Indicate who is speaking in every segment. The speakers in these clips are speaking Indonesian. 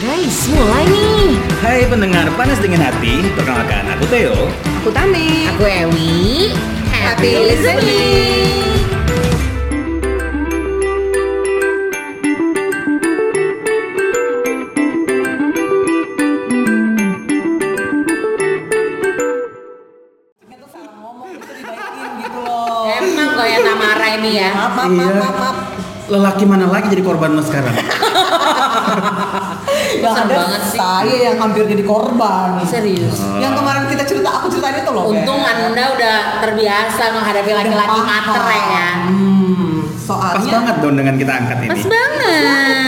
Speaker 1: Guys, mulai nih.
Speaker 2: Hai pendengar panas dengan hati, perkenalkan aku Theo.
Speaker 3: Aku Tami.
Speaker 1: Aku Ewi.
Speaker 3: Happy listening.
Speaker 1: Emang kok ya Tamara ini ya.
Speaker 3: Maaf, maaf,
Speaker 4: Iya.
Speaker 3: maaf, maaf.
Speaker 4: Lelaki mana lagi jadi korban lo sekarang?
Speaker 3: Yang
Speaker 1: Serem
Speaker 3: ada
Speaker 1: banget sih.
Speaker 3: saya yang hampir jadi korban.
Speaker 1: Serius.
Speaker 3: Yang kemarin kita cerita, aku ceritain itu loh. Beb.
Speaker 1: Untung Anda udah terbiasa menghadapi laki-laki
Speaker 3: Udah paham.
Speaker 1: mater ya.
Speaker 3: Hmm, soalnya
Speaker 4: Pas banget dong dengan kita angkat
Speaker 1: Pas
Speaker 4: ini.
Speaker 1: banget.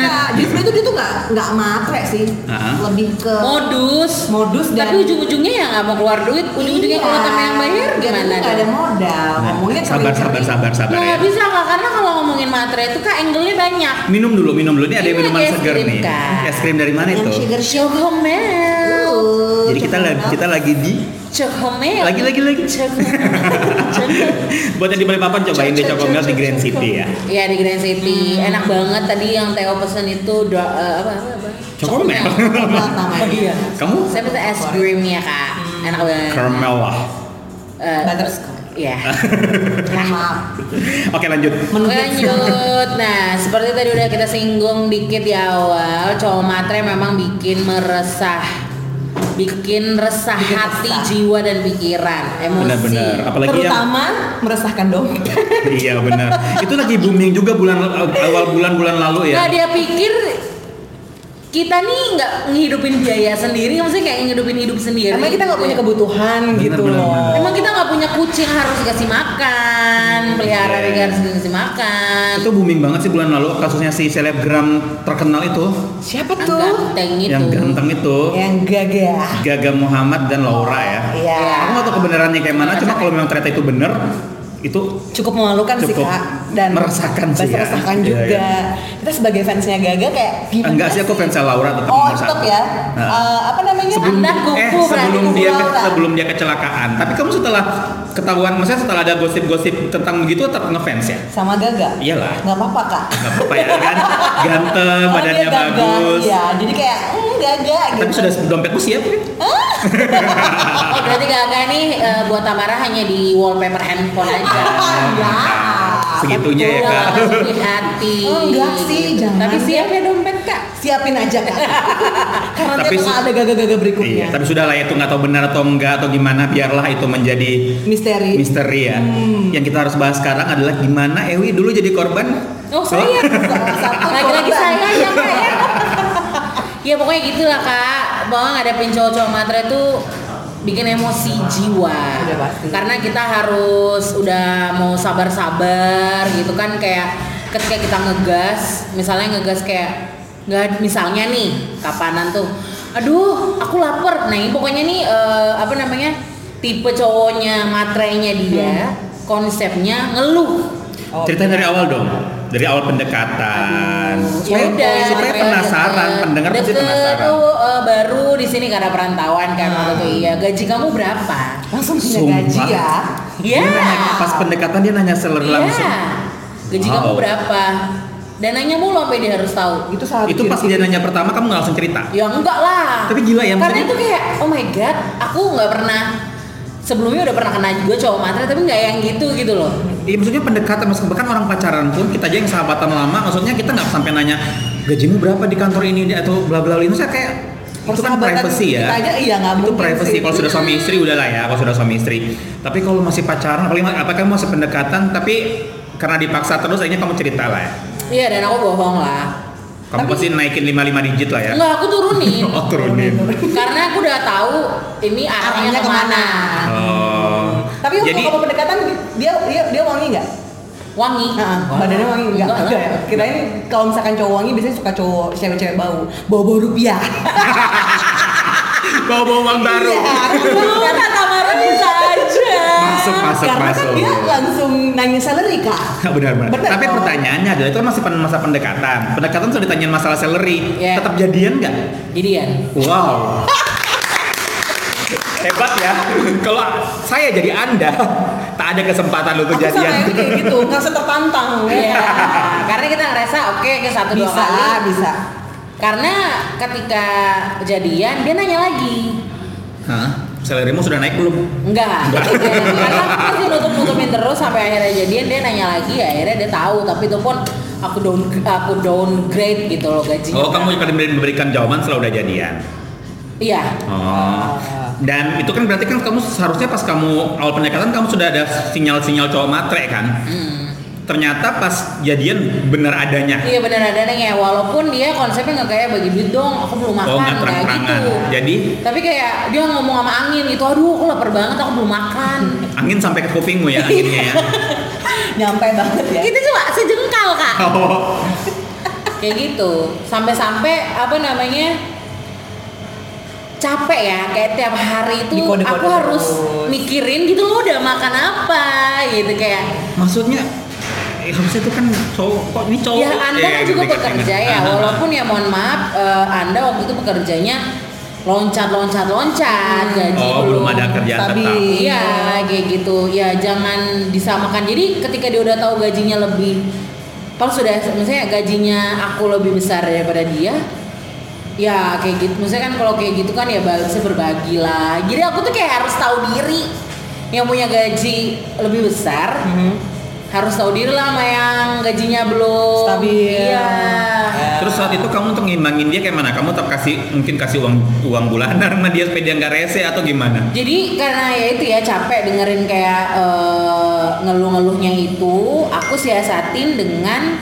Speaker 3: Enggak, justru itu dia tuh nggak nggak matre sih,
Speaker 4: Ah.
Speaker 3: lebih ke
Speaker 1: Modus.
Speaker 3: modus dan Iya,
Speaker 1: Tapi ujung-ujungnya ya nggak mau keluar duit. Ujung-ujungnya kalau temen yang bayar
Speaker 3: Dia tuh
Speaker 1: gimana?
Speaker 3: nggak ada
Speaker 1: dong?
Speaker 3: modal,
Speaker 4: Nah,
Speaker 3: ngomongnya
Speaker 4: sabar, sabar,
Speaker 3: kering-kering.
Speaker 4: sabar, sabar
Speaker 1: Ya
Speaker 4: ya.
Speaker 1: nggak bisa nggak karena kalau ngomongin materai itu kak angle-nya banyak.
Speaker 4: Minum dulu, minum dulu. Ini ada
Speaker 1: Ini
Speaker 4: minuman
Speaker 1: ada es
Speaker 4: segar
Speaker 1: krim,
Speaker 4: nih.
Speaker 1: Kak.
Speaker 4: Es krim dari mana
Speaker 1: Yang
Speaker 4: itu?
Speaker 1: sugar chocomel.
Speaker 3: Tuh,
Speaker 4: Jadi kita
Speaker 3: cuman
Speaker 4: lagi
Speaker 3: apa?
Speaker 4: kita lagi di
Speaker 1: Chocomel.
Speaker 4: lagi lagi lagi.
Speaker 1: Chocomel.
Speaker 4: Buat yang di Balikpapan cobain deh Cocomel di Grand City ya.
Speaker 1: Iya di Grand City
Speaker 3: Hmm.
Speaker 1: enak banget tadi yang Theo pesen itu do, eh, apa apa apa?
Speaker 4: Cocomel.
Speaker 3: Coklat namanya.
Speaker 1: Iya.
Speaker 4: Kamu
Speaker 1: Saya pesen es krimnya kak,
Speaker 3: Hmm.
Speaker 1: enak banget.
Speaker 4: caramel lah.
Speaker 1: Eh,
Speaker 3: Butterscotch.
Speaker 1: Iya.
Speaker 3: Mohon maaf.
Speaker 4: Oke lanjut.
Speaker 1: Lanjut. Nah, seperti tadi udah kita singgung dikit di awal, cowok matre memang bikin meresah, bikin resah
Speaker 3: Bikin
Speaker 1: hati,
Speaker 3: resah.
Speaker 1: jiwa dan pikiran, emosi.
Speaker 4: Benar-benar. Apalagi yang
Speaker 3: Terutama meresahkan dompet.
Speaker 4: iya benar. Itu lagi booming juga bulan awal bulan-bulan lalu
Speaker 1: Nah,
Speaker 4: ya.
Speaker 1: dia pikir kita nih nggak ngehidupin biaya sendiri, maksudnya kayak ngehidupin hidup sendiri.
Speaker 3: Emang kita nggak
Speaker 1: gitu
Speaker 3: punya
Speaker 1: ya.
Speaker 3: kebutuhan
Speaker 4: Bener,
Speaker 3: gitu
Speaker 4: bener,
Speaker 3: loh.
Speaker 4: bener.
Speaker 1: Emang kita nggak punya kucing harus dikasih makan,
Speaker 3: Hmm,
Speaker 1: pelihara
Speaker 4: Iya.
Speaker 1: harus dikasih makan.
Speaker 4: Itu booming banget sih bulan lalu kasusnya si selebgram terkenal itu.
Speaker 3: siapa
Speaker 1: Yang
Speaker 3: tuh?
Speaker 1: ganteng itu.
Speaker 4: yang ganteng itu
Speaker 3: Yang gagah.
Speaker 4: Gaga Muhammad dan Laura ya.
Speaker 3: Iya.
Speaker 4: Aku nggak tahu kebenarannya kayak mana, cuma kalau memang ternyata itu bener, itu
Speaker 3: Cukup memalukan sih
Speaker 4: Cukup
Speaker 3: kak dan
Speaker 4: meresahkan sih ya.
Speaker 3: meresahkan
Speaker 4: Iya,
Speaker 3: juga. Kita sebagai fansnya Gaga kayak gimana?
Speaker 4: enggak sih aku fansnya Laura tetap
Speaker 3: Oh
Speaker 4: nomor
Speaker 3: tetap
Speaker 4: satu.
Speaker 3: ya.
Speaker 4: Nah.
Speaker 3: Eh, apa namanya?
Speaker 1: Sebelum- Anda kuku
Speaker 4: eh
Speaker 1: berarti
Speaker 4: sebelum
Speaker 3: kuku
Speaker 4: dia ke-
Speaker 3: Laura.
Speaker 4: sebelum dia kecelakaan. Tapi kamu setelah ketahuan, maksudnya setelah ada gosip-gosip tentang begitu tetap ngefans ya?
Speaker 3: Sama Gaga.
Speaker 4: Iyalah.
Speaker 3: Gak apa-apa kak.
Speaker 4: Gak apa-apa ya kan? Ganteng,
Speaker 3: Kalau
Speaker 4: badannya
Speaker 3: Oh, dia gagah,
Speaker 4: bagus.
Speaker 3: Iya. Jadi kayak hmm, Gaga.
Speaker 4: Tapi
Speaker 3: gitu.
Speaker 4: sudah dompetku siap kan?
Speaker 1: Oh, berarti kakak nih eh, buat Tamara hanya di wallpaper handphone aja.
Speaker 3: Ah, ya.
Speaker 1: Ah,
Speaker 4: Segitunya ya
Speaker 1: Udah
Speaker 4: kak.
Speaker 1: nggak masuk di hati.
Speaker 3: Oh, enggak sih, jangan.
Speaker 1: Tapi siap ya dompet kak.
Speaker 3: Siapin aja kak. Karena
Speaker 4: Tapi
Speaker 3: dia
Speaker 4: su-
Speaker 3: bakal ada Gaga-Gaga berikutnya.
Speaker 4: Iya, tapi sudah lah itu nggak tahu benar atau enggak atau gimana biarlah itu menjadi
Speaker 3: Misteri.
Speaker 4: misteri ya.
Speaker 1: Hmm.
Speaker 4: Yang kita harus bahas sekarang adalah gimana Ewi dulu jadi korban.
Speaker 1: Oh saya.
Speaker 3: Salah satu
Speaker 1: Lagi-lagi
Speaker 3: korban.
Speaker 1: saya ya kak ya. Ya pokoknya gitulah kak. Bahwa ngadepin cowok-cowok matre itu bikin emosi jiwa.
Speaker 3: Udah pasti.
Speaker 1: Karena kita harus udah mau sabar-sabar gitu kan kayak ketika kita ngegas, misalnya ngegas kayak nggak misalnya nih kapanan tuh, aduh aku lapar. Nah ini pokoknya nih eh, apa namanya tipe cowoknya matrenya
Speaker 3: Hmm.
Speaker 1: dia konsepnya ngeluh.
Speaker 3: Oh,
Speaker 4: Cerita dari awal dong, dari awal pendekatan.
Speaker 1: Ya
Speaker 4: supaya
Speaker 1: udah,
Speaker 4: supaya
Speaker 1: deket,
Speaker 4: penasaran,
Speaker 1: deket.
Speaker 4: pendengar pasti
Speaker 1: Deket
Speaker 4: penasaran. Hmm.
Speaker 1: tuh, eh, baru di sini karena perantauan kan waktu itu iya. Gaji kamu berapa?
Speaker 3: langsung punya
Speaker 4: Sumpah.
Speaker 3: gaji ya.
Speaker 1: Iya.
Speaker 4: Dia nanya, pas pendekatan dia nanya seller
Speaker 1: Iya.
Speaker 4: langsung.
Speaker 1: Gaji
Speaker 4: Wow.
Speaker 1: kamu berapa? Dananya mulu sampai dia harus tahu.
Speaker 3: Itu saat
Speaker 4: Itu pas dia nanya pertama kamu nggak langsung cerita.
Speaker 1: Ya enggak lah.
Speaker 4: Tapi gila ya,
Speaker 1: Karena
Speaker 4: maksudnya-
Speaker 1: itu kayak oh my god, aku nggak pernah sebelumnya udah pernah kena juga cowok matre tapi nggak yang gitu gitu loh.
Speaker 4: Iya maksudnya pendekatan maksudnya bahkan orang pacaran pun kita aja yang sahabatan lama maksudnya kita nggak sampai nanya gajimu berapa di kantor ini di- atau bla bla bla itu saya kayak itu kan
Speaker 3: Persahabatan
Speaker 4: privacy ya
Speaker 3: kita aja iya, nggak
Speaker 4: itu
Speaker 3: mungkin
Speaker 4: privacy
Speaker 3: sih.
Speaker 4: kalau sudah suami istri udah lah ya kalau sudah suami istri tapi kalau masih pacaran apalagi apakah masih pendekatan tapi karena dipaksa terus akhirnya kamu cerita lah ya
Speaker 1: Iya dan aku bohong lah.
Speaker 4: kamu pasti naikin 55 digit lah ya
Speaker 1: Enggak aku turunin.
Speaker 4: oh turunin
Speaker 1: karena aku udah tahu ini arahnya
Speaker 3: Arahnya kemana.
Speaker 1: kemana.
Speaker 4: oh
Speaker 3: Tapi waktu
Speaker 4: jadi
Speaker 3: kalau pendekatan dia dia dia wangi nggak?
Speaker 1: Wangi.
Speaker 3: Heeh, badannya wangi nggak?
Speaker 1: Enggak
Speaker 3: Enggak. ya?
Speaker 1: lah.
Speaker 3: Kirain kalau misalkan cowok wangi biasanya suka cowok cewek-cewek bau, bau-bau rupiah.
Speaker 4: bawa bawa uang baru
Speaker 3: Iya,
Speaker 1: Lu kata Tamara bisa aja.
Speaker 4: masuk masuk
Speaker 3: Karena
Speaker 4: masuk
Speaker 3: kan dia langsung nanya salary kak.
Speaker 4: benar benar.
Speaker 3: Benar
Speaker 4: Tapi
Speaker 3: dong.
Speaker 4: pertanyaannya adalah itu kan masih pen- masa pendekatan. Pendekatan sudah ditanyain masalah salary,
Speaker 1: Iya.
Speaker 4: tetap jadian nggak?
Speaker 1: Jadi ya.
Speaker 4: Wow. Hebat ya. Kalau saya jadi Anda, tak ada kesempatan untuk
Speaker 3: Aku sama Ewi
Speaker 4: jadian.
Speaker 3: kayak gitu, ngerasa tertantang.
Speaker 1: Iya. Karena kita ngerasa oke ke satu dua
Speaker 3: ah, Bisa,
Speaker 1: kali.
Speaker 3: bisa.
Speaker 1: Karena ketika kejadian dia nanya lagi.
Speaker 4: Hah? Salarymu sudah naik belum?
Speaker 1: Enggak. Karena aku masih nutup-nutupin terus sampai akhirnya jadian dia nanya lagi ya akhirnya dia tahu tapi itu pun aku down aku downgrade gitu loh gajinya.
Speaker 4: Oh, kamu akan diberi- diberikan jawaban setelah udah jadian.
Speaker 1: Iya.
Speaker 4: Oh. Dan itu kan berarti kan kamu seharusnya pas kamu awal pendekatan kamu sudah ada sinyal-sinyal cowok matre kan?
Speaker 1: Hmm.
Speaker 4: Ternyata pas jadian bener adanya.
Speaker 1: Iya benar ada nih ya walaupun dia konsepnya nggak kayak bagi duit dong aku belum makan
Speaker 4: Oh, nggak
Speaker 1: kayak
Speaker 4: terang-terangan.
Speaker 1: gitu.
Speaker 4: Jadi
Speaker 1: Tapi kayak dia ngomong sama angin gitu, aduh aku lapar banget aku belum makan.
Speaker 4: angin sampai ke kupingmu ya anginnya ya.
Speaker 3: nyampe banget ya
Speaker 1: Itu cuma sejengkal kak.
Speaker 4: Oh.
Speaker 1: kayak gitu sampai-sampai apa namanya capek ya kayak tiap hari itu
Speaker 3: Dikode-kode
Speaker 1: aku
Speaker 3: terus.
Speaker 1: harus mikirin gitu lo udah makan apa gitu kayak
Speaker 4: Maksudnya eh, harusnya itu kan cowok kok ini cowok.
Speaker 1: ya
Speaker 3: iya,
Speaker 1: anda
Speaker 4: Eh,
Speaker 1: kan
Speaker 4: gitu
Speaker 1: juga
Speaker 4: kan,
Speaker 1: bekerja
Speaker 4: ingat.
Speaker 1: ya
Speaker 4: Ah, ah, ah.
Speaker 1: walaupun ya mohon maaf eh, anda waktu itu bekerjanya loncat loncat loncat
Speaker 3: Hmm.
Speaker 1: gaji
Speaker 4: Oh, belum ada kerjaan
Speaker 3: Tapi-
Speaker 4: tetap.
Speaker 1: Iya, kayak gitu. Ya jangan disamakan. Jadi ketika dia udah tahu gajinya lebih, kalau sudah misalnya gajinya aku lebih besar daripada dia, ya kayak gitu. Misalnya kan kalau kayak gitu kan ya bagusnya berbagi lah. Jadi aku tuh kayak harus tahu diri yang punya gaji lebih besar
Speaker 3: Mhm.
Speaker 1: harus tahu diri lah sama yang gajinya belum
Speaker 3: Stabil.
Speaker 1: Iya.
Speaker 3: Ya.
Speaker 4: Terus saat itu kamu untuk ngimbangin dia kayak mana? Kamu tetap kasih mungkin kasih uang uang bulanan sama dia supaya dia nggak rese atau gimana?
Speaker 1: Jadi karena ya itu ya capek dengerin kayak eh, ngeluh-ngeluhnya itu, aku siasatin dengan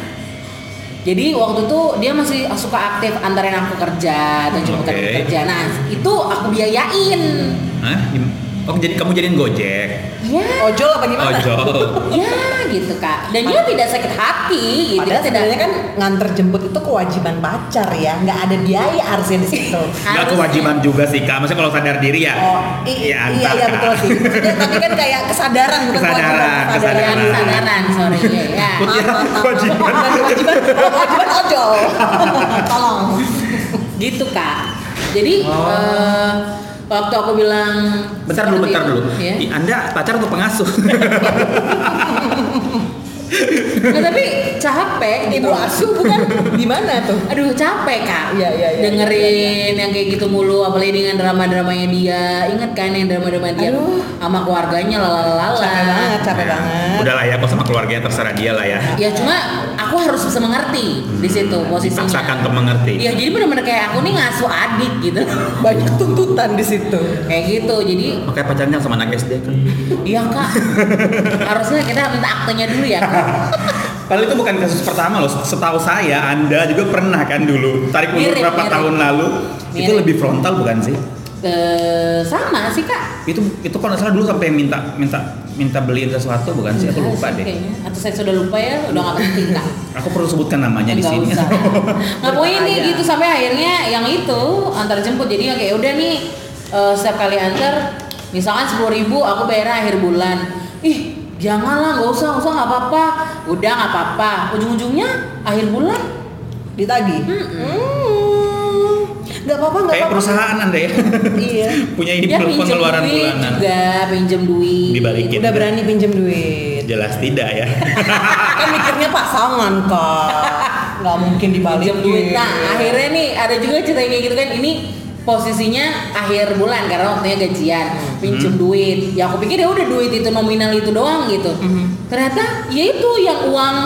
Speaker 1: jadi waktu itu dia masih suka aktif antarin aku kerja atau jemput aku
Speaker 4: Oke.
Speaker 1: kerja. Nah itu aku biayain.
Speaker 4: Hah? Gim- Oh jadi kamu jadiin gojek? Oh,
Speaker 1: Ya,
Speaker 3: ojol apa gimana
Speaker 4: Ojol.
Speaker 1: ya gitu kak. Dan dia tidak sakit hati, gitu.
Speaker 3: Padahal
Speaker 1: Dia tidak
Speaker 3: sebenarnya kan nganter jemput itu kewajiban pacar ya, nggak ada biaya harusnya di situ.
Speaker 4: Gak
Speaker 1: Harus-
Speaker 4: kewajiban juga sih kak. Maksudnya kalau sadar diri ya.
Speaker 3: Oh, i-
Speaker 4: ya antar,
Speaker 3: iya iya
Speaker 4: Kak.
Speaker 3: betul sih. Maksudnya, tapi kan kayak kesadaran bukan
Speaker 4: Kesadaran,
Speaker 3: kewajiban,
Speaker 1: kesadaran,
Speaker 4: kesadaran.
Speaker 1: kesadaran, sorry. Iya, iya.
Speaker 4: Aku kira kewajiban.
Speaker 3: Bukan Ah, kewajiban, bukan kewajiban ojol. Tolong.
Speaker 1: Iya. gitu kak. Jadi eh, waktu aku bilang
Speaker 4: Oh. Bentar dulu,
Speaker 1: seperti
Speaker 4: bentar
Speaker 1: itu,
Speaker 4: dulu.
Speaker 1: ya.
Speaker 4: I- Anda pacar atau pengasuh?
Speaker 1: Nah, tapi capek gitu.
Speaker 3: Ibu asuh bukan gimana tuh?
Speaker 1: Aduh capek kak
Speaker 3: Iya, iya, iya,
Speaker 1: Dengerin
Speaker 3: iya,
Speaker 1: yang kayak gitu mulu Apalagi dengan drama-dramanya dia Ingat kan yang drama-drama dia
Speaker 3: Aduh.
Speaker 1: Sama keluarganya
Speaker 3: Capek
Speaker 1: lalalala
Speaker 3: banget, Nah, capek banget.
Speaker 4: Udah lah ya, kok sama keluarganya terserah dia lah ya.
Speaker 1: Ya cuma aku harus bisa mengerti di situ posisinya
Speaker 4: Dipaksakan untuk mengerti.
Speaker 1: Ya jadi bener-bener kayak aku nih ngasuh adik gitu
Speaker 3: Banyak tuntutan di situ.
Speaker 1: Kayak gitu jadi
Speaker 4: Makanya pacarnya sama anak SD kan.
Speaker 1: Iya kak Harusnya kita minta aktenya dulu ya kak
Speaker 4: Padahal itu bukan kasus pertama loh. Setahu saya, Anda juga pernah kan dulu tarik ulur
Speaker 1: Mirip,
Speaker 4: berapa
Speaker 1: mirip.
Speaker 4: tahun lalu. Itu
Speaker 1: Mirip.
Speaker 4: lebih frontal bukan sih?
Speaker 1: Eh, Sama sih kak
Speaker 4: Itu itu kalau nggak salah dulu sampai minta minta minta beliin sesuatu bukan sih? Aku
Speaker 1: Enggak
Speaker 4: lupa
Speaker 1: Iya sih
Speaker 4: deh.
Speaker 1: kayaknya. Atau saya sudah lupa ya Udah gak penting kak
Speaker 4: Aku perlu sebutkan namanya di
Speaker 1: Nggak
Speaker 4: sini.
Speaker 1: usah. Nggak pokoknya ini
Speaker 3: Berbahaya.
Speaker 1: gitu sampai akhirnya yang itu antar jemput jadi kayak "Ya udah nih eh, setiap kali antar misalkan sepuluh ribu aku bayar akhir bulan ih janganlah nggak usah nggak usah nggak apa-apa udah nggak apa-apa ujung-ujungnya akhir bulan
Speaker 3: Ditagi. Hmm. Nggak apa-apa, nggak
Speaker 4: Kayak
Speaker 3: apa-apa.
Speaker 4: perusahaan Anda ya.
Speaker 3: Iya.
Speaker 4: Punya ini
Speaker 1: dia Ya, pinjam
Speaker 4: pengeluaran
Speaker 1: duit
Speaker 4: bulanan.
Speaker 1: juga pinjam duit
Speaker 4: Dibalikin.
Speaker 3: Udah berani pinjem duit.
Speaker 4: Jelas tidak ya.
Speaker 3: kan mikirnya pasangan kak nggak mungkin dibalikin
Speaker 1: pinjam duit nah akhirnya nih ada juga cerita yang kayak gitu kan ini posisinya akhir bulan karena waktunya gajian pinjem duit ya aku pikir ya udah duit itu nominal itu doang gitu ternyata ya itu yang uang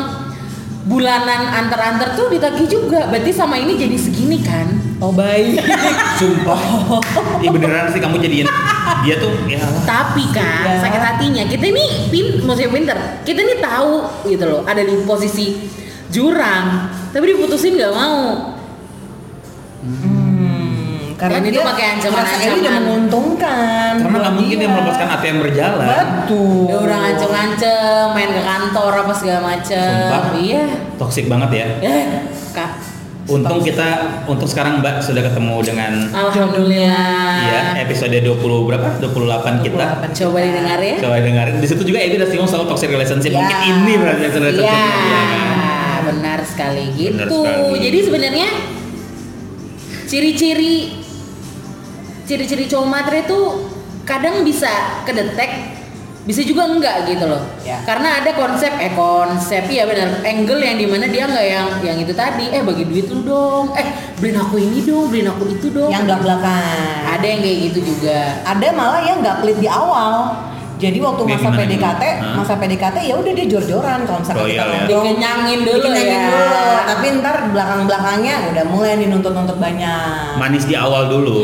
Speaker 1: bulanan antar-antar tuh ditagih juga berarti sama ini jadi segini kan
Speaker 3: oh baik
Speaker 4: Sumpah. Iya beneran sih kamu jadiin dia tuh ya
Speaker 1: tapi kan
Speaker 3: Ya.
Speaker 1: sakit hatinya kita ini pin maksudnya pinter kita ini tahu gitu loh ada di posisi jurang tapi diputusin nggak mau
Speaker 3: hmm, karena
Speaker 1: Dan Kan itu
Speaker 3: dia
Speaker 1: pakai ancaman-
Speaker 3: merasa ini udah
Speaker 1: ancaman.
Speaker 3: menguntungkan Iya.
Speaker 4: karena
Speaker 3: buat
Speaker 4: nggak mungkin
Speaker 1: Iya.
Speaker 4: dia melepaskan ATM berjalan.
Speaker 3: betul
Speaker 1: Ya udah ngancem-ngancem, main ke kantor apa segala macem.
Speaker 4: Sumpah.
Speaker 1: Iya.
Speaker 4: Toksik banget ya.
Speaker 1: Eh, Kak.
Speaker 4: Untung kita untuk sekarang Mbak sudah ketemu dengan
Speaker 1: Alhamdulillah.
Speaker 4: ya episode 20 berapa? 28 kita.
Speaker 1: Coba didengar ya.
Speaker 4: Coba dengerin. Di situ juga itu udah singgung soal toxic relationship.
Speaker 3: Ya.
Speaker 4: Mungkin ini berarti toxic relationship.
Speaker 1: Iya,
Speaker 4: ya kan?
Speaker 1: benar sekali gitu.
Speaker 4: sekali.
Speaker 1: Jadi sebenarnya ciri-ciri ciri-ciri cowok matre itu kadang bisa kedetek bisa juga enggak gitu loh
Speaker 3: Ya.
Speaker 1: karena ada konsep eh konsep iya benar angle yang dimana dia nggak yang yang itu tadi eh bagi duit lu dong eh beliin aku ini dong beliin aku itu dong
Speaker 3: yang nggak belakang
Speaker 1: ada yang kayak gitu juga
Speaker 3: ada malah yang nggak pelit di awal jadi waktu
Speaker 4: Kayak
Speaker 3: masa
Speaker 4: gimana,
Speaker 3: PDKT
Speaker 4: gimana? Hah?
Speaker 3: masa PDKT ya udah dia jor-joran kalau misalkan kita
Speaker 4: Royal ya.
Speaker 3: ngobrol
Speaker 1: dikenyangin dulu
Speaker 3: Dikenyangin
Speaker 1: ya
Speaker 3: dulu, tapi ntar belakang-belakangnya udah mulai nih nuntut-nuntut banyak
Speaker 4: manis di awal dulu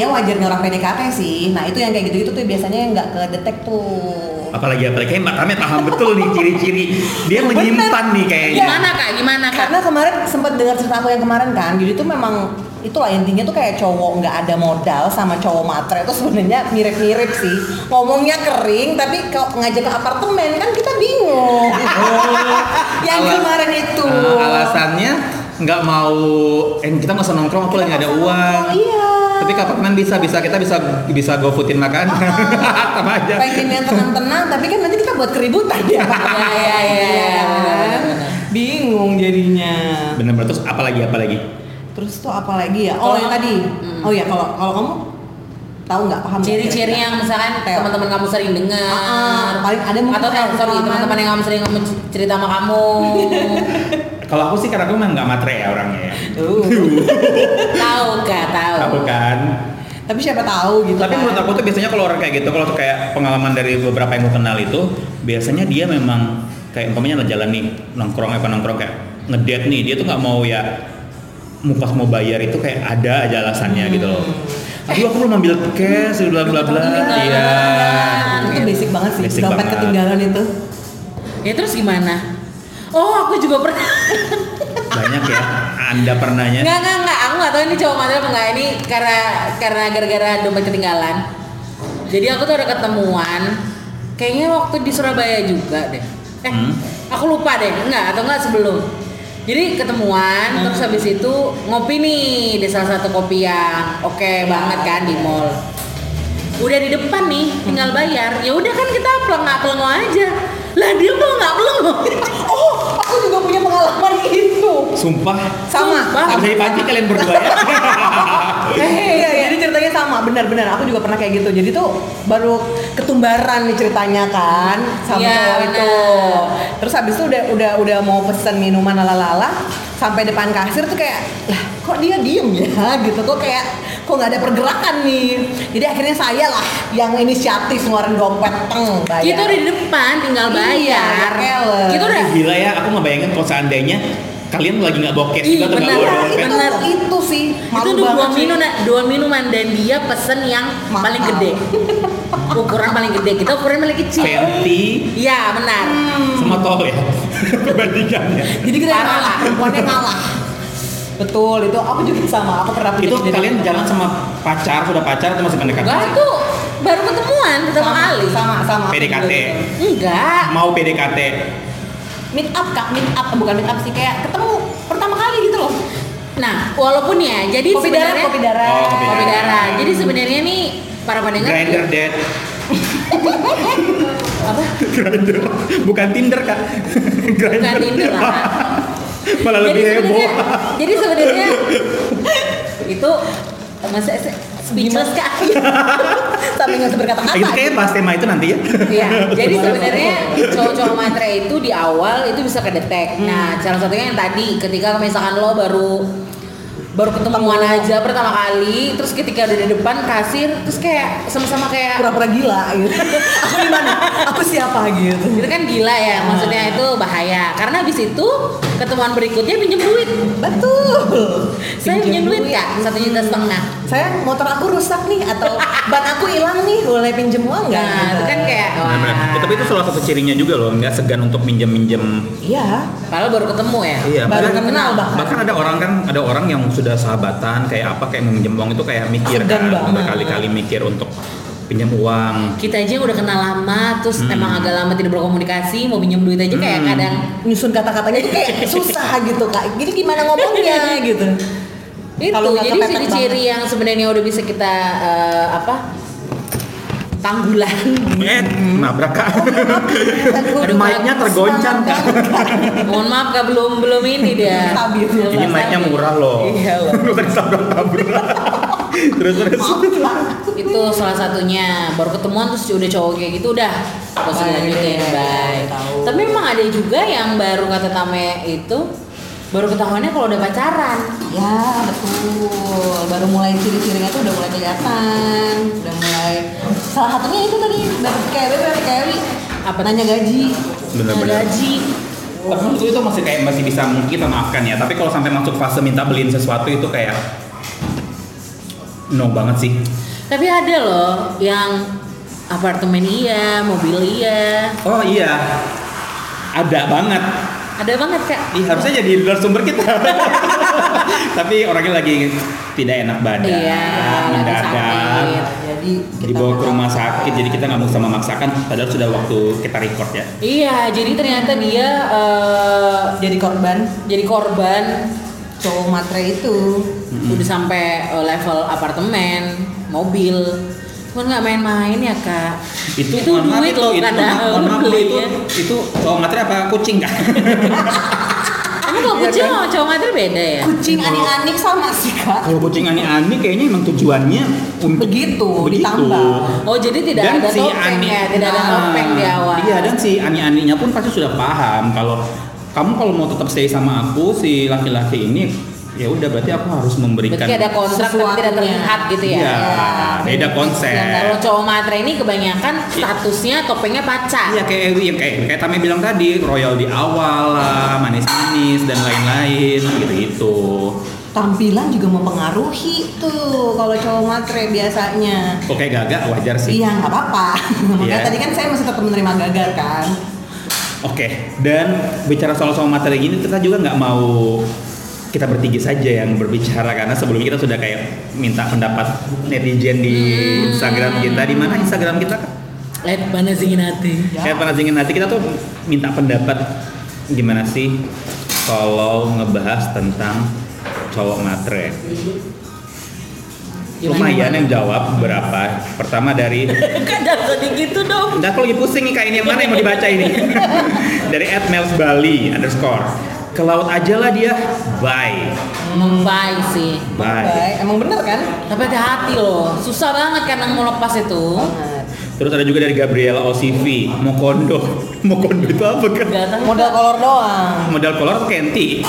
Speaker 3: ya wajarnya orang PDKT sih nah itu yang kayak gitu-gitu tuh biasanya yang nggak kedetek tuh
Speaker 4: apalagi apalagi kayak Mbak Tami paham betul nih ciri-ciri dia
Speaker 3: Bener.
Speaker 4: menyimpan nih kayaknya
Speaker 1: gimana kak gimana kak
Speaker 3: karena kemarin sempat dengar cerita aku yang kemarin kan jadi tuh memang itulah intinya tuh kayak cowok nggak ada modal sama cowok matre itu sebenarnya mirip-mirip sih ngomongnya kering tapi kalau ngajak ke apartemen kan kita bingung yang
Speaker 4: Alas-
Speaker 3: kemarin itu
Speaker 4: Eh, alasannya nggak mau eh kita nggak usah nongkrong aku lagi nggak ada uang
Speaker 3: iya
Speaker 4: tapi ke apartemen bisa bisa kita bisa bisa go foodin makan sama aja Iya,
Speaker 3: pengen yang tenang-tenang tapi kan nanti kita buat keributan ya
Speaker 1: Ya, ya, ya, ya.
Speaker 3: Kan? bingung jadinya
Speaker 4: bener-bener terus apalagi apalagi
Speaker 3: Terus tuh apa lagi ya? Oh
Speaker 1: Kalau-
Speaker 3: yang tadi.
Speaker 1: Hmm.
Speaker 3: Oh ya kalau kalau kamu tahu nggak paham nggak
Speaker 1: ciri-ciri
Speaker 3: kira-kira?
Speaker 1: yang misalkan
Speaker 3: Teo.
Speaker 1: teman-teman kamu sering dengar
Speaker 3: Oh, iya. Ah, ah. Paling ada mungkin
Speaker 1: atau telepon
Speaker 3: kayak
Speaker 1: gitu
Speaker 3: pengalaman.
Speaker 1: teman-teman yang kamu sering ngomong cerita sama kamu
Speaker 4: kalau aku sih karena aku memang nggak matre ya orangnya ya
Speaker 3: Tuh.
Speaker 1: tahu gak tahu
Speaker 4: aku
Speaker 3: Iya.
Speaker 4: kan
Speaker 3: Tapi siapa tahu gitu.
Speaker 4: tapi
Speaker 3: kan.
Speaker 4: menurut aku tuh biasanya kalau orang kayak gitu kalau tuh kayak pengalaman dari beberapa yang gue kenal itu biasanya dia memang kayak umpamanya ada jalan nih nongkrong apa nongkrong kayak ngedate nih dia tuh nggak mau ya mupas mau bayar itu kayak ada aja alasannya gitu loh
Speaker 3: Hmm.
Speaker 4: aduh aku belum ambil cash bla bla bla
Speaker 1: ketinggalan.
Speaker 4: iya
Speaker 3: kan. Nah, itu basic banget sih.
Speaker 4: Basic
Speaker 3: Dompet
Speaker 4: banget.
Speaker 3: ketinggalan itu.
Speaker 1: ya terus gimana oh aku juga pernah
Speaker 4: banyak ya anda pernahnya
Speaker 1: nggak nggak nggak aku nggak tahu ini cowok matre apa nggak ini karena karena gara-gara dompet ketinggalan jadi aku tuh ada ketemuan kayaknya waktu di Surabaya juga deh eh
Speaker 4: Hmm.
Speaker 1: aku lupa deh nggak atau nggak sebelum jadi ketemuan terus habis itu ngopi nih di salah satu kopi yang oke banget kan di mall udah di depan nih tinggal bayar ya udah kan kita pelengak pelengok aja lah dia pelengak pelengok
Speaker 3: Oh, aku juga punya pengalaman itu.
Speaker 4: sumpah
Speaker 3: Sama.
Speaker 1: Sumpah.
Speaker 4: nggak bisa dipanci kalian berdua ya
Speaker 3: Eh, iya, iya, jadi ceritanya sama, benar-benar. Aku juga pernah kayak gitu. Jadi tuh baru ketumbaran nih ceritanya kan sama
Speaker 1: Iya,
Speaker 3: cowok itu.
Speaker 1: benar.
Speaker 3: Terus habis itu udah udah udah mau pesen minuman lalalala sampai depan kasir tuh kayak lah kok dia diem ya gitu kok kayak kok nggak ada pergerakan nih jadi akhirnya saya lah yang inisiatif ngeluarin dompet teng bayar
Speaker 1: kita udah di depan tinggal
Speaker 3: Iya,
Speaker 1: bayar
Speaker 3: ya elah.
Speaker 1: kita udah
Speaker 4: gila ya aku ngebayangin kalau seandainya kalian lagi nggak bawa cash
Speaker 1: Ih,
Speaker 4: juga atau nggak
Speaker 1: Iya, bener.
Speaker 4: bawa
Speaker 3: Nah,
Speaker 4: dompet
Speaker 3: itu
Speaker 1: Benar.
Speaker 3: itu sih
Speaker 1: itu
Speaker 3: malu
Speaker 1: tuh dua
Speaker 3: banget sih.
Speaker 1: minuman, dua minuman dan dia pesen yang
Speaker 3: Mahal.
Speaker 1: paling gede. Ukuran paling gede, kita ukuran paling kecil.
Speaker 4: penti
Speaker 1: Iya benar.
Speaker 4: sama ya. tol ya perbandingannya
Speaker 3: Jadi kita
Speaker 1: Parah.
Speaker 3: kalah, perempuannya kalah. Betul, itu aku juga sama. Aku pernah punya
Speaker 4: itu
Speaker 3: kejadian
Speaker 4: kalian
Speaker 3: itu.
Speaker 4: jalan sama pacar sudah pacar atau masih pendekatan
Speaker 1: Enggak tuh baru ketemuan pertama
Speaker 3: sama,
Speaker 1: kali.
Speaker 3: Sama, sama. Aku
Speaker 4: PDKT.
Speaker 3: juga gitu.
Speaker 1: Enggak.
Speaker 4: mau PDKT
Speaker 3: Meet up kak, meet up bukan meet up sih kayak ketemu pertama kali gitu loh.
Speaker 1: Nah, walaupun ya, jadi
Speaker 3: Kopi darah,
Speaker 1: sebenarnya
Speaker 3: kopi darah.
Speaker 4: Oh, kopi
Speaker 1: Kopi darah. Jadi sebenarnya nih para pendengar
Speaker 4: grinder date
Speaker 1: apa?
Speaker 4: grinder bukan tinder kan grinder
Speaker 1: Bukan Tinder lah.
Speaker 4: malah lebih heboh
Speaker 1: sebenarnya- Jadi sebenarnya itu masa speechless kak.
Speaker 3: Sampai nggak "Ah, bisa berkata-kata.
Speaker 4: Ah, itu kayak bahas tema itu nanti ya
Speaker 1: Iya, jadi sebenarnya cowok-cowok matre itu di awal itu bisa kedetek.
Speaker 4: Hmm.
Speaker 1: Nah, salah satunya yang tadi ketika misalkan lo baru baru ketemuan aja pertama kali, terus ketika udah di depan kasir, terus kayak sama-sama kayak
Speaker 3: Pura-pura gila gitu. aku di mana? Aku siapa gitu.
Speaker 1: itu kan gila ya,
Speaker 4: Hmm.
Speaker 1: maksudnya itu bahaya. Karena habis itu ketemuan berikutnya pinjem duit.
Speaker 3: Betul.
Speaker 1: Saya pinjem duit nggak? Satu juta setengah.
Speaker 3: Saya motor aku rusak nih atau ban aku hilang nih, boleh pinjem uang nggak? Gitu.
Speaker 1: Nah, itu kan kayak wah.
Speaker 4: Benar-benar. Ya, Hmm. tapi itu salah satu cirinya juga loh nggak segan untuk minjem minjem
Speaker 3: Iya.
Speaker 1: Padahal baru ketemu ya.
Speaker 4: Iya,
Speaker 3: baru
Speaker 4: bahkan-
Speaker 3: kenal bahkan.
Speaker 4: bahkan ada orang kan ada orang yang sudah sahabatan kayak apa kayak minjem uang itu kayak mikir
Speaker 3: Segan
Speaker 4: kan
Speaker 3: banget.
Speaker 4: berkali-kali mikir untuk pinjam uang
Speaker 1: Kita aja yang udah kenal lama, terus emang agak lama tidak berkomunikasi, mau pinjem duit aja kayak
Speaker 4: Hmm.
Speaker 1: kadang
Speaker 3: nyusun kata-katanya tuh kayak susah gitu kak jadi gimana ngomongnya gitu
Speaker 1: itu
Speaker 3: Kalau nggak
Speaker 1: jadi
Speaker 3: kepepet
Speaker 1: ciri-ciri yang sebenarnya udah bisa kita eh, apa tanggulan
Speaker 4: Eh, nabrak kak.
Speaker 1: Aduh,
Speaker 4: Mic-nya tergoncang, Kak.
Speaker 1: mohon maaf kak belum belum ini dia
Speaker 3: Stabil.
Speaker 4: Ini mic-nya murah loh.
Speaker 3: Iya loh.
Speaker 4: Lu tadi sabrak tabrak. terus terus
Speaker 1: itu salah satunya baru ketemuan terus udah cowok kayak gitu udah terus
Speaker 3: Bye.
Speaker 1: lanjutin bye
Speaker 3: Tahu.
Speaker 1: tapi memang ada juga yang baru kata Tame itu baru ketahuannya kalau udah pacaran
Speaker 3: Ya betul, baru mulai ciri-cirinya tuh udah mulai kelihatan, udah mulai salah satunya itu tadi dapet KW dapet KW
Speaker 1: Apa?
Speaker 3: nanya gaji.
Speaker 4: benar-benar
Speaker 1: gaji
Speaker 4: Tapi menurutku itu masih kayak masih bisa kita maafkan ya. Tapi kalau sampai masuk fase minta beliin sesuatu itu kayak no banget sih.
Speaker 1: tapi ada loh yang apartemen iya mobil iya
Speaker 4: Oh iya, ada banget.
Speaker 1: ada banget kak
Speaker 4: Ih, harusnya jadi sumber kita. Tapi orangnya lagi tidak enak badan,
Speaker 1: Iya, lagi
Speaker 4: mendadak,
Speaker 1: sakit.
Speaker 3: Jadi kita
Speaker 4: dibawa ke
Speaker 3: bakal-
Speaker 4: rumah sakit. Jadi kita nggak bisa memaksakan. Padahal sudah waktu kita record ya.
Speaker 1: iya jadi ternyata dia eh,
Speaker 3: jadi korban
Speaker 1: jadi korban
Speaker 3: cowok matre itu.
Speaker 1: udah sampai eh, level apartemen mobil cuman nggak main-main ya kak
Speaker 4: Itu,
Speaker 1: itu
Speaker 4: mohon maaf,
Speaker 1: duit loh Iya.
Speaker 4: itu,
Speaker 1: kadang
Speaker 4: mohon maaf, itu,
Speaker 1: belinya
Speaker 4: itu cowok matre apa kucing kan?
Speaker 1: emang
Speaker 4: Iya
Speaker 1: kalau kucing sama cowok materi beda ya
Speaker 3: Kucing anik-anik sama sih kak.
Speaker 4: Kalau kucing ani-ani kayaknya emang tujuannya untuk
Speaker 3: Begitu,
Speaker 4: Begitu.
Speaker 3: ditambah.
Speaker 1: oh jadi tidak
Speaker 4: dan
Speaker 1: ada
Speaker 4: si
Speaker 1: topeng
Speaker 4: ani
Speaker 1: ya tidak ada
Speaker 4: Ah,
Speaker 1: topeng di awal
Speaker 4: Iya, dan si ani-aninya pun pasti sudah paham kalau kamu kalau mau tetap stay sama aku si laki-laki ini ya udah berarti aku harus memberikan
Speaker 1: berarti ada kontrak tapi tidak
Speaker 3: sesuatunya.
Speaker 1: terlihat gitu ya,
Speaker 4: Iya, beda
Speaker 1: Kalau
Speaker 4: konsep.
Speaker 1: cowok matre ini kebanyakan statusnya topengnya pacar.
Speaker 4: Iya kayak Ewi, kayak kayak Tami bilang tadi, royal di awal lah, manis-manis dan lain-lain gitu-gitu.
Speaker 3: Tampilan juga mempengaruhi tuh kalau cowok matre biasanya.
Speaker 4: Kok kayak gagak wajar sih.
Speaker 3: Iya nggak apa-apa. Makanya
Speaker 4: Iya.
Speaker 3: tadi kan saya masih tetap menerima gagal kan.
Speaker 4: Oke, dan bicara soal-soal materi gini kita juga nggak mau kita bertiga saja yang berbicara karena sebelum kita sudah kayak minta pendapat netizen di Instagram kita di mana Instagram kita
Speaker 1: Lihat mana hati.
Speaker 3: Ya.
Speaker 4: kayak pernah ingin nanti kita tuh minta pendapat gimana sih kalau ngebahas tentang cowok matre lumayan yang jawab berapa pertama dari
Speaker 1: Kadang tadi gitu dong.
Speaker 4: Nggak, aku lagi pusing nih kak ini yang mana yang mau dibaca ini dari @mels Bali underscore ke laut aja lah dia bye
Speaker 1: Membaik sih.
Speaker 4: bye
Speaker 3: Baik, emang bener kan?
Speaker 1: Tapi hati-hati loh. Susah banget kadang mau lepas itu. Nah.
Speaker 4: terus ada juga dari Gabriela Osivi Mokondo Mokondo itu apa kan
Speaker 1: Gak tahu.
Speaker 3: Modal kolor doang.
Speaker 4: modal kolor atau kenti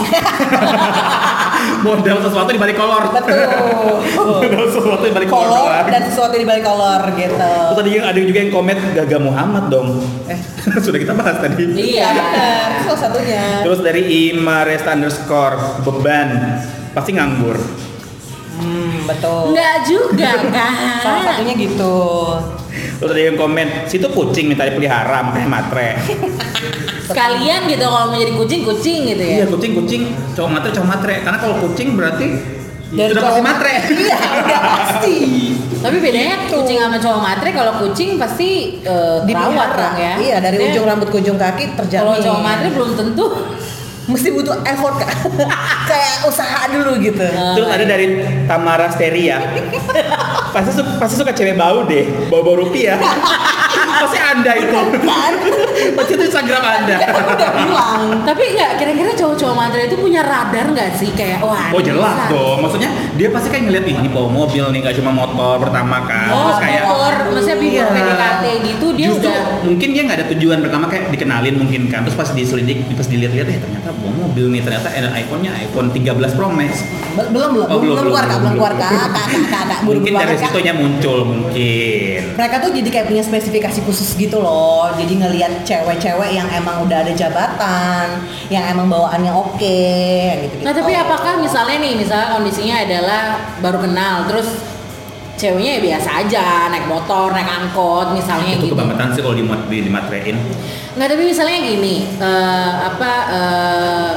Speaker 4: modal sesuatu di balik kolor
Speaker 3: Betul.
Speaker 4: modal sesuatu di balik kolor,
Speaker 3: kolor
Speaker 4: doang.
Speaker 3: dan sesuatu di balik kolor gitu.
Speaker 4: terus tadi juga ada juga yang komen Gaga Muhammad dong eh sudah kita bahas tadi
Speaker 1: Iya.
Speaker 3: bener. Itu salah satunya.
Speaker 4: Terus dari Imares underscore beban pasti nganggur.
Speaker 3: Hmm, betul.
Speaker 1: Enggak juga
Speaker 3: Salah
Speaker 1: kan.
Speaker 3: satunya gitu.
Speaker 4: Terus ada yang komen, situ kucing minta dipelihara makanya matre.
Speaker 1: Sekalian gitu kalau menjadi kucing kucing gitu ya.
Speaker 4: iya kucing kucing, cowok matre cowok matre. Karena kalau kucing berarti
Speaker 3: Dari
Speaker 4: sudah pasti
Speaker 3: cowok-
Speaker 4: matre.
Speaker 3: Iya, udah pasti.
Speaker 1: Tapi bedanya
Speaker 3: Gitu.
Speaker 1: kucing sama cowok matre kalau kucing pasti eh, terawat
Speaker 3: Dipelihara.
Speaker 1: dong ya.
Speaker 3: Iya, dari
Speaker 1: Maksudnya,
Speaker 3: ujung rambut ke ujung kaki terjamin.
Speaker 1: Kalau cowok matre belum tentu.
Speaker 3: mesti butuh effort Kak. kayak usaha dulu gitu.
Speaker 1: Nah.
Speaker 4: Terus ada dari Tamara Steria. pasti suka, pasti suka cewek bau deh, bau bau rupiah. pasti anda itu.
Speaker 3: Kan?
Speaker 4: pasti itu Instagram anda.
Speaker 3: udah bilang.
Speaker 1: Tapi enggak kira-kira cowok-cowok matre itu punya radar enggak sih kayak wah.
Speaker 4: Oh
Speaker 1: ini bisa.
Speaker 4: jelas dong, maksudnya dia pasti kayak ngeliat "Ih, ini bawa mobil nih, gak cuma motor pertama kan,
Speaker 1: Oh,
Speaker 4: terus kayak
Speaker 1: motor, maksudnya
Speaker 4: Iya.
Speaker 1: bingung PDKT gitu dia
Speaker 4: Justru
Speaker 1: udah
Speaker 4: mungkin dia nggak ada tujuan pertama kayak dikenalin mungkin kan terus pas diselidik pas dilihat-lihat eh ternyata bawa mobil nih ternyata ada iPhone-nya iPhone 13 Pro Max
Speaker 3: Be- belum belum
Speaker 4: Oh, belum, belum,
Speaker 3: belum, keluar kak
Speaker 4: belum,
Speaker 3: belum keluar
Speaker 4: belum.
Speaker 3: kak kak kak kak kak buru
Speaker 4: mungkin
Speaker 3: buru
Speaker 4: dari
Speaker 3: banget
Speaker 1: kan?
Speaker 3: kak
Speaker 4: situnya muncul mungkin
Speaker 3: mereka tuh jadi kayak punya spesifikasi khusus gitu loh jadi ngelihat cewek-cewek yang emang udah ada jabatan yang emang bawaannya oke gitu gitu
Speaker 1: Nah tapi apakah misalnya nih, misalnya kondisinya adalah baru kenal, terus ceweknya ya biasa aja, naik motor, naik angkot misalnya
Speaker 4: itu
Speaker 1: gitu.
Speaker 4: kebangetan sih kalau dimat di dimatrein
Speaker 1: Nggak tapi misalnya gini, eh, apa eh,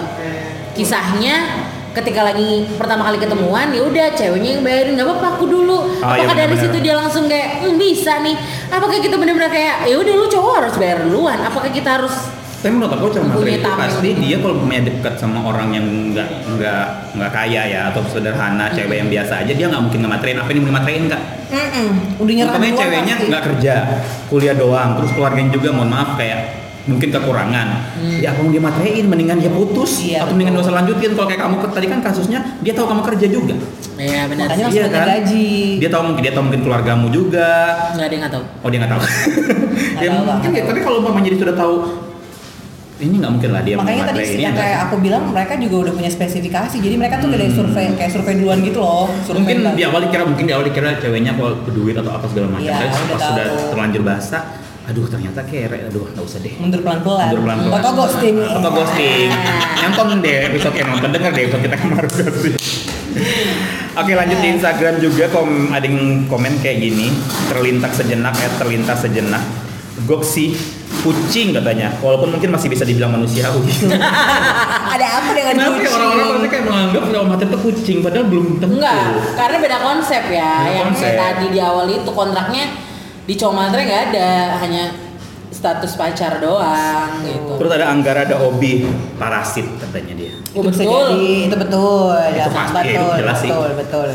Speaker 1: kisahnya ketika lagi pertama kali ketemuan ya udah ceweknya yang bayarin nggak apa-apa aku dulu
Speaker 4: Ah, iya,
Speaker 1: apakah dari
Speaker 4: benar-benar.
Speaker 1: situ dia langsung kayak "Hmm, bisa nih apakah kita benar-benar kayak ya udah lu cowok harus bayar duluan apakah kita harus
Speaker 4: tapi menurut aku cuma
Speaker 1: Punya
Speaker 4: materi itu
Speaker 1: tamu.
Speaker 4: pasti dia kalau punya dekat sama orang yang nggak nggak nggak kaya ya atau sederhana
Speaker 1: Hmm.
Speaker 4: cewek yang biasa aja dia nggak mungkin ngematrein apa ini mau dimatrein nggak
Speaker 3: Mm-mm, udah nyerah
Speaker 4: Utamanya
Speaker 3: duluan
Speaker 4: ceweknya
Speaker 3: pasti.
Speaker 4: nggak kerja, kuliah doang, terus keluarganya juga mohon maaf kayak mungkin kekurangan ya kalau dia matein mendingan dia putus
Speaker 3: Hmm. Iya,
Speaker 4: atau mendingan gak usah lanjutin kalau kayak kamu ke- tadi kan kasusnya dia tahu kamu kerja juga
Speaker 1: Iya benar.
Speaker 3: Makanya
Speaker 1: sih.
Speaker 3: langsung minta gaji.
Speaker 4: kan? dia tahu mungkin dia tahu mungkin keluargamu juga
Speaker 1: Nggak ada yang nggak tahu.
Speaker 4: oh dia nggak tahu ya
Speaker 3: tahu,
Speaker 4: mungkin
Speaker 3: nggak
Speaker 4: ya,
Speaker 3: tahu.
Speaker 4: tapi kalau umpamanya dia sudah tahu ini nggak mungkin lah dia
Speaker 3: Makanya tadi
Speaker 4: matein,
Speaker 3: sih,
Speaker 4: ya
Speaker 3: yang
Speaker 4: nggak
Speaker 3: kayak
Speaker 4: sih?
Speaker 3: aku bilang mereka juga udah punya spesifikasi. Jadi mereka tuh udah dari survei kayak survei duluan gitu loh. Survei
Speaker 4: mungkin
Speaker 3: banget.
Speaker 4: di awal dikira mungkin di awal dikira ceweknya kalau berduit atau apa segala macam
Speaker 3: Iya,
Speaker 4: tapi
Speaker 3: udah
Speaker 4: pas sudah
Speaker 3: tahu.
Speaker 4: terlanjur basah aduh ternyata kere aduh nggak usah deh
Speaker 3: mundur pelan-pelan.
Speaker 4: Mundur pelan-pelan.
Speaker 3: Atau ghosting.
Speaker 4: Atau ghosting. Nonton deh episode yang nonton denger deh episode kita kemarin ghosting. Oke lanjut di Instagram juga kom ada yang komen kayak gini terlintas sejenak eh terlintas sejenak goksi kucing katanya walaupun mungkin masih bisa dibilang manusiawi
Speaker 3: Ada apa dengan
Speaker 4: kenapa ya
Speaker 3: kucing?
Speaker 4: orang-orang pasti kayak menganggap film amatir itu kucing padahal belum tentu
Speaker 1: Enggak, karena beda konsep ya.
Speaker 4: Iya. Beda
Speaker 1: yang
Speaker 4: konsep.
Speaker 1: tadi di awal itu kontraknya di Comatre nggak ada, hanya status pacar doang gitu.
Speaker 4: terus ada Anggara ada hobi parasit katanya dia
Speaker 1: Oh,
Speaker 3: Itu bisa
Speaker 1: betul.
Speaker 3: jadi, itu betul. Ya,
Speaker 4: pasti,
Speaker 3: betul,
Speaker 4: itu jelas sih.
Speaker 3: betul, betul.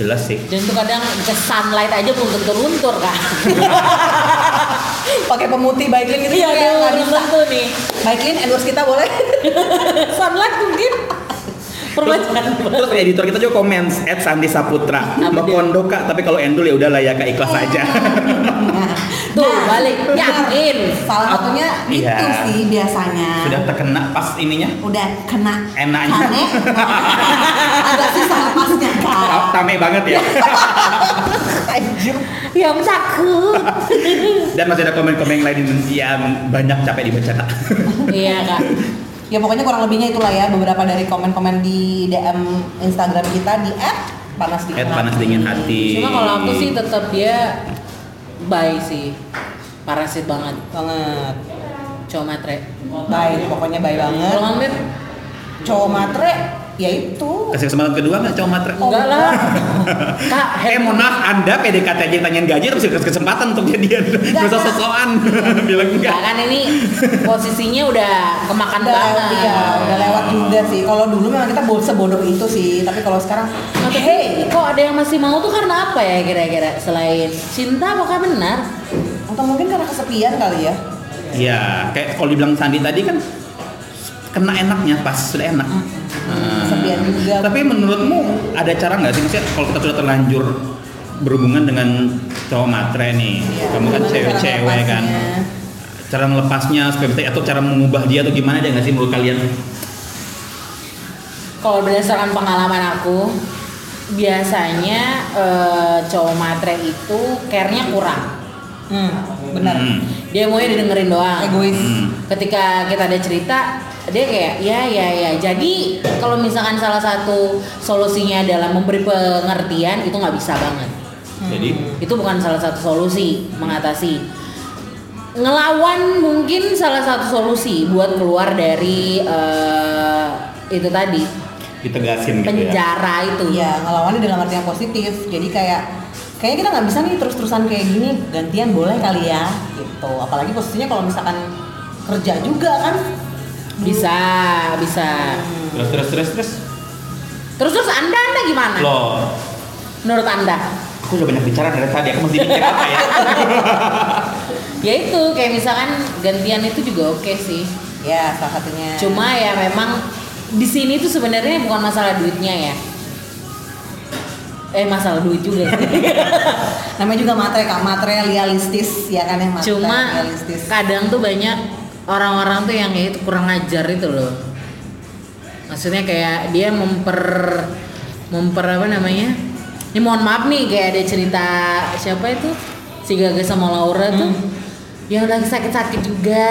Speaker 4: jelas sih
Speaker 1: Dan itu kadang ke sunlight aja belum tentu luntur kan.
Speaker 3: Pakai pemutih baiklin gitu
Speaker 1: Iya,
Speaker 3: juga
Speaker 1: aduh,
Speaker 3: nggak
Speaker 1: belum
Speaker 3: bisa.
Speaker 1: tentu nih.
Speaker 3: Baiklin endorse kita boleh.
Speaker 1: sunlight mungkin perbacaan.
Speaker 4: Terus editor kita juga komen at Sandi
Speaker 1: kan,
Speaker 4: Saputra
Speaker 1: Apa
Speaker 4: mau
Speaker 1: dia?
Speaker 4: kondo kak tapi kalau endul ya udah lah ya kak ikhlas aja
Speaker 1: Tuh,
Speaker 3: Nah,
Speaker 1: balik. Ya. Yakin.
Speaker 3: Salah satunya itu
Speaker 4: Iya.
Speaker 3: sih biasanya.
Speaker 1: Oh.
Speaker 4: sudah terkena pas ininya
Speaker 3: udah kena
Speaker 4: Enaknya.
Speaker 3: Kane. agak susah lepasnya kan
Speaker 4: Ta- tame banget ya
Speaker 3: anjir
Speaker 1: Yang Ya takut.
Speaker 4: dan masih ada komen-komen yang lain yang banyak capek dibaca kak
Speaker 1: iya, Kak.
Speaker 3: ya pokoknya kurang lebihnya itulah ya beberapa dari komen-komen di DM Instagram kita di @panas dingin
Speaker 4: At panas dingin hati
Speaker 1: Cuma kalau aku sih tetap dia baik sih. Parasit banget.
Speaker 3: banget
Speaker 1: Comatre.
Speaker 3: baik pokoknya baik banget
Speaker 1: Kalau ngambil
Speaker 3: cowok matre ya itu
Speaker 4: kasih kesempatan kedua nggak cowok matre
Speaker 3: Oh.
Speaker 1: enggak lah. Kak,
Speaker 4: Eh mohon maaf, anda PDKT aja tanyain gaji terus dikasih kesempatan untuk jadian Gak usah
Speaker 3: Kak.
Speaker 4: sosokan Bilang
Speaker 1: enggak
Speaker 4: enggak
Speaker 1: kan ini posisinya udah kemakan
Speaker 3: udah lewat
Speaker 1: banget.
Speaker 3: iya, udah lewat juga sih kalau dulu memang kita bo- sebodoh itu sih tapi kalau sekarang
Speaker 1: Nah, tapi
Speaker 3: hey
Speaker 1: kok ada yang masih mau tuh karena apa ya kira-kira selain cinta apakah benar?
Speaker 3: atau mungkin karena kesepian kali ya
Speaker 4: Iya, kayak kalau dibilang Sandi tadi kan kena enaknya pas sudah enak. Hmm.
Speaker 3: Kesepian juga.
Speaker 4: Tapi menurutmu ada cara nggak sih maksudnya kalau kita sudah terlanjur berhubungan dengan cowok matre nih, kamu
Speaker 3: Iya,
Speaker 4: kan
Speaker 3: gimana cara
Speaker 4: cewek-cewek kan,
Speaker 3: melepasnya?
Speaker 4: cara melepasnya supaya bisa- atau cara mengubah dia atau gimana ada nggak sih menurut kalian?
Speaker 1: Kalau berdasarkan pengalaman aku biasanya eh, cowok matre itu care-nya kurang.
Speaker 3: hmm, benar Nah,
Speaker 4: Hmm.
Speaker 1: Dia maunya didengerin doang.
Speaker 3: egois
Speaker 4: Hmm.
Speaker 1: ketika kita ada cerita dia kayak ya ya ya jadi kalau misalkan salah satu solusinya adalah memberi pengertian itu nggak bisa banget
Speaker 4: Jadi
Speaker 1: itu bukan salah satu solusi mengatasi ngelawan mungkin salah satu solusi buat keluar dari eh, itu tadi
Speaker 4: ditegasin gitu ya.
Speaker 1: penjara itu
Speaker 3: Iya, ngelawannya dalam arti yang positif. Jadi kayak kayaknya kita nggak bisa nih terus-terusan kayak gini. Gantian boleh kali ya, gitu. Apalagi posisinya kalau misalkan kerja juga kan.
Speaker 1: bisa bisa
Speaker 4: Terus terus terus terus.
Speaker 1: terus terus anda anda gimana
Speaker 4: Loh,
Speaker 1: menurut anda
Speaker 4: aku udah banyak bicara dari tadi, aku mesti mikir apa ya?
Speaker 1: ya itu kayak misalkan gantian itu juga oke sih
Speaker 3: Ya, salah satunya.
Speaker 1: Cuma ya memang di sini tuh sebenarnya bukan masalah duitnya ya. Eh masalah duit juga. sih.
Speaker 3: namanya juga materi kak, materialistis ya kan yang materi
Speaker 1: Cuma
Speaker 3: realistis.
Speaker 1: kadang tuh banyak orang-orang tuh yang ya itu kurang ajar itu loh. Maksudnya kayak dia memper memper apa namanya? Ini mohon maaf nih kayak ada cerita siapa itu si Gaga sama Laura tuh
Speaker 3: Hmm.
Speaker 1: yang lagi sakit-sakit juga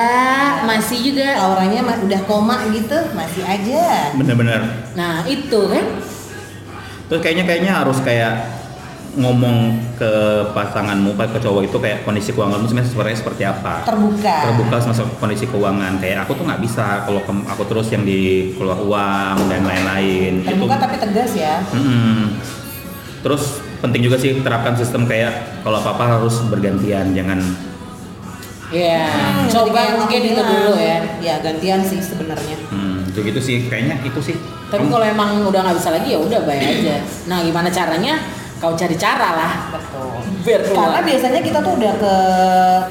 Speaker 1: masih juga.
Speaker 3: Lauranya mah udah koma gitu, masih aja.
Speaker 4: Bener-bener.
Speaker 1: Nah itu kan
Speaker 4: Terus kayaknya kayaknya harus kayak ngomong ke pasanganmu ke cowok itu kayak kondisi keuanganmu sebenarnya sebenarnya seperti apa
Speaker 3: Terbuka.
Speaker 4: terbuka sama kondisi keuangan kayak aku tuh nggak bisa kalau kem- aku terus yang dikeluar uang dan lain-lain gitu
Speaker 3: Terbuka tapi tegas ya.
Speaker 4: Mm-mm. terus penting juga sih terapkan sistem kayak kalau apa-apa harus bergantian jangan
Speaker 1: ya
Speaker 3: Hmm, jadi
Speaker 1: coba
Speaker 3: kayak yang
Speaker 1: mungkin
Speaker 3: aku
Speaker 1: itu
Speaker 3: bilang.
Speaker 1: dulu ya.
Speaker 3: Ya gantian sih sebenarnya.
Speaker 4: hmm, gitu gitu sih kayaknya itu sih
Speaker 1: Tapi
Speaker 4: Kamu-
Speaker 1: kalau emang udah nggak bisa lagi ya udah bayar aja. Nah gimana caranya? kau cari cara lah
Speaker 3: betul
Speaker 1: biar keluar.
Speaker 3: karena biasanya kita tuh udah ke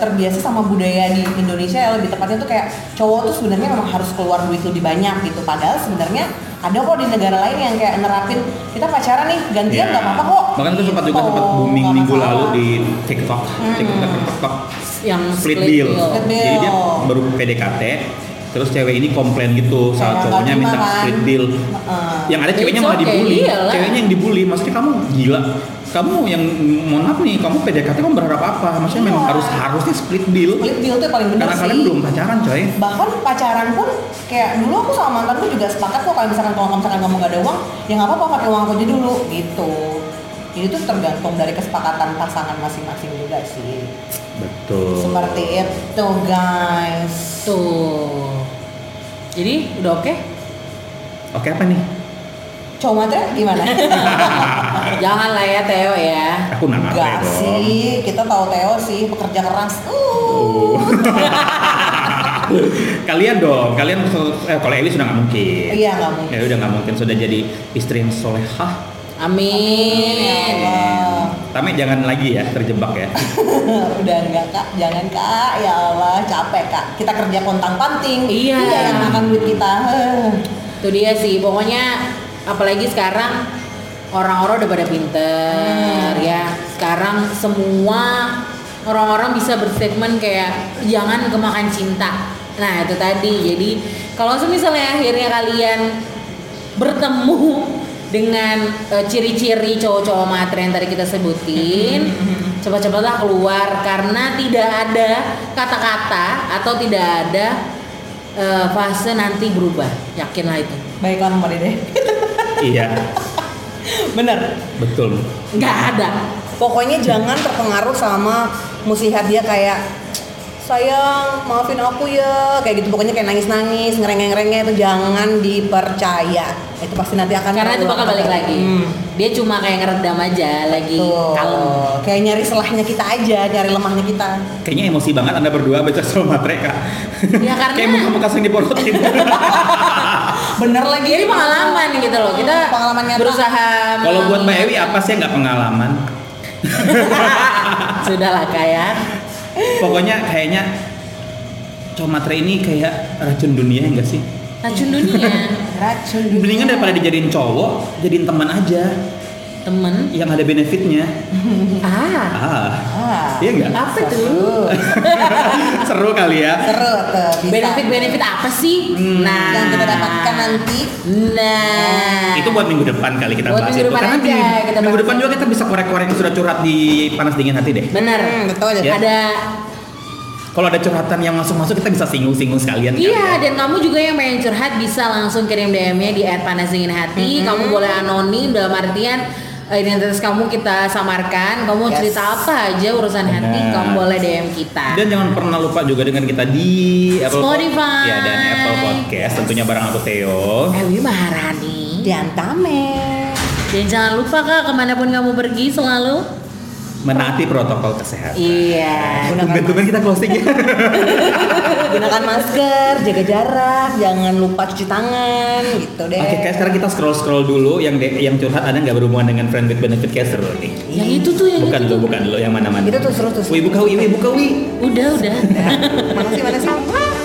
Speaker 3: terbiasa sama budaya di Indonesia ya lebih tepatnya tuh kayak cowok tuh sebenarnya memang harus keluar duit lebih banyak gitu padahal sebenarnya ada kok di negara lain yang kayak nerapin kita pacaran nih gantian nggak apa-apa kok
Speaker 4: Iya. Bahkan itu sempat juga
Speaker 3: Gitu,
Speaker 4: sempat booming
Speaker 3: nggak
Speaker 4: minggu
Speaker 3: masalah.
Speaker 4: lalu di TikTok, TikTok, TikTok,
Speaker 1: yang
Speaker 4: split bill.
Speaker 3: Split bill.
Speaker 4: Jadi dia baru PDKT, terus cewek ini komplain gitu
Speaker 3: Kayak
Speaker 4: saat
Speaker 3: Nah, nggak
Speaker 4: cowoknya
Speaker 3: terima
Speaker 4: minta
Speaker 3: kan.
Speaker 4: split bill.
Speaker 3: Heeh.
Speaker 4: Yang ada
Speaker 1: It's
Speaker 4: ceweknya malah
Speaker 1: okay,
Speaker 4: dibully,
Speaker 1: iyalah.
Speaker 4: ceweknya yang dibully. Maksudnya kamu gila, kamu yang mohon maaf nih, kamu PDKT kamu berharap apa? Maksudnya memang
Speaker 3: Iya.
Speaker 4: harus harusnya split bill.
Speaker 3: split bill tuh yang paling bener
Speaker 4: Karena
Speaker 3: sih
Speaker 4: kalian belum pacaran coy.
Speaker 3: bahkan pacaran pun kayak dulu aku sama mantanku juga sepakat kok kalau misalkan kalau misalkan kamu nggak ada uang ya nggak apa-apa pakai uang aku aja dulu gitu jadi itu tergantung dari kesepakatan pasangan masing-masing juga sih
Speaker 4: Betul.
Speaker 3: seperti itu guys
Speaker 1: tuh jadi udah oke
Speaker 4: Oke apa nih?
Speaker 3: cowok matre gimana
Speaker 1: jangan lah ya Theo ya
Speaker 4: Aku nangkap
Speaker 3: Enggak
Speaker 4: ya dong.
Speaker 3: sih kita tahu Theo sih pekerja keras
Speaker 4: Oh.
Speaker 3: uh.
Speaker 4: kalian dong, kalian eh, kalau Eli sudah nggak mungkin.
Speaker 3: Iya, nggak mungkin.
Speaker 4: Ya udah nggak mungkin sudah jadi istri yang solehah.
Speaker 1: amin
Speaker 3: Amin, ya Allah.
Speaker 4: Tapi jangan lagi ya terjebak ya.
Speaker 3: udah enggak kak jangan kak ya Allah capek kak kita kerja kontang panting
Speaker 1: Iya.
Speaker 3: yang makan duit kita Heh.
Speaker 1: Itu dia sih, pokoknya apalagi sekarang orang-orang udah pada pinter ya. Sekarang semua orang-orang bisa berstatement kayak jangan kemakan cinta. Nah itu tadi, jadi kalau misalnya akhirnya kalian bertemu dengan eh, ciri-ciri cowok-cowok matre yang tadi kita sebutin coba-cobalah keluar karena tidak ada kata-kata atau tidak ada eh, fase nanti berubah yakinlah itu
Speaker 3: baiklah Mbak Dede
Speaker 4: iya,
Speaker 3: bener
Speaker 4: betul.
Speaker 1: nggak ada
Speaker 3: pokoknya jangan terpengaruh sama musihat dia kayak sayang maafin aku ya kayak gitu pokoknya kayak nangis nangis ngerengek ngerengek itu jangan dipercaya itu pasti nanti akan
Speaker 1: karena itu
Speaker 3: terulang
Speaker 1: bakal balik lagi
Speaker 3: Hmm.
Speaker 1: dia cuma kayak ngeredam aja lagi
Speaker 3: Tuh.
Speaker 1: kalem
Speaker 3: kayak nyari selahnya kita aja nyari lemahnya kita
Speaker 4: Kayaknya emosi banget Anda berdua baca sama mereka.
Speaker 1: Ya, karena-
Speaker 4: Kayak muka-muka sering diporotin.
Speaker 3: bener lagi
Speaker 1: jadi pengalaman gitu loh kita
Speaker 3: Pengalaman nyata.
Speaker 1: berusaha
Speaker 4: kalau buat Mbak Ewi apa sih yang nggak pengalaman?
Speaker 1: sudahlah ya. kayak
Speaker 4: Pokoknya kayaknya Comatre ini kayak racun dunia enggak sih?
Speaker 1: racun dunia
Speaker 3: racun dunia.
Speaker 4: Mendingan daripada dijadiin cowok, jadiin teman aja
Speaker 1: temen
Speaker 4: yang ada benefitnya.
Speaker 1: ah
Speaker 4: Ah,
Speaker 3: ah,
Speaker 4: iya enggak?
Speaker 1: apa tuh
Speaker 3: seru
Speaker 4: Seru kali ya.
Speaker 3: seru tuh eh, bisa.
Speaker 1: benefit-benefit apa sih?
Speaker 4: Hmm.
Speaker 1: Nah,
Speaker 3: yang kita dapatkan nanti
Speaker 1: Nah,
Speaker 4: Itu buat minggu depan kali kita
Speaker 1: Buat
Speaker 4: bahas
Speaker 1: minggu
Speaker 4: itu.
Speaker 1: depan
Speaker 4: Karena
Speaker 1: aja
Speaker 4: di-
Speaker 1: kita
Speaker 4: minggu
Speaker 1: bahas. ya.
Speaker 4: depan juga kita bisa korek-korek yang sudah curhat di panas dingin hati deh.
Speaker 1: bener.
Speaker 3: Hmm, betul
Speaker 4: Ya.
Speaker 1: Ada
Speaker 4: Kalau ada curhatan yang masuk-masuk kita bisa singgung-singgung sekalian. kali
Speaker 1: Iya,
Speaker 4: ya.
Speaker 1: dan kamu juga yang pengen curhat bisa langsung kirim DM-nya di @panasdinginhati.
Speaker 3: Hmm.
Speaker 1: Kamu boleh anonim dalam artian eh, identitas kamu kita samarkan. Kamu
Speaker 3: Yes.
Speaker 1: cerita apa aja urusan hati,
Speaker 4: Benar.
Speaker 1: kamu boleh DM kita.
Speaker 4: Dan jangan pernah lupa juga dengan kita di Apple
Speaker 1: Spotify.
Speaker 4: Ya, dan Apple Podcast tentunya bareng aku Theo.
Speaker 1: Ewi Eh, Maharani.
Speaker 3: Ya. diantame
Speaker 1: Dan jangan lupa kak, kemanapun kamu pergi selalu.
Speaker 4: Menaati protokol kesehatan.
Speaker 1: Iya.
Speaker 4: Tumben-tumben kita closing ya.
Speaker 3: gunakan masker, jaga jarak, jangan lupa cuci tangan gitu deh.
Speaker 4: Oke, guys, sekarang kita scroll-scroll dulu yang de- yang curhat ada nggak berhubungan dengan friend with benefit kayak seru nih.
Speaker 1: Yang itu tuh yang
Speaker 4: Bukan
Speaker 1: itu
Speaker 4: lo,
Speaker 1: tuh.
Speaker 4: bukan lo yang mana-mana.
Speaker 3: Itu tuh seru tuh. seru.
Speaker 4: Wi buka wi, wi buka wi.
Speaker 1: Udah, udah.
Speaker 3: Ya, Mana sih mana sih?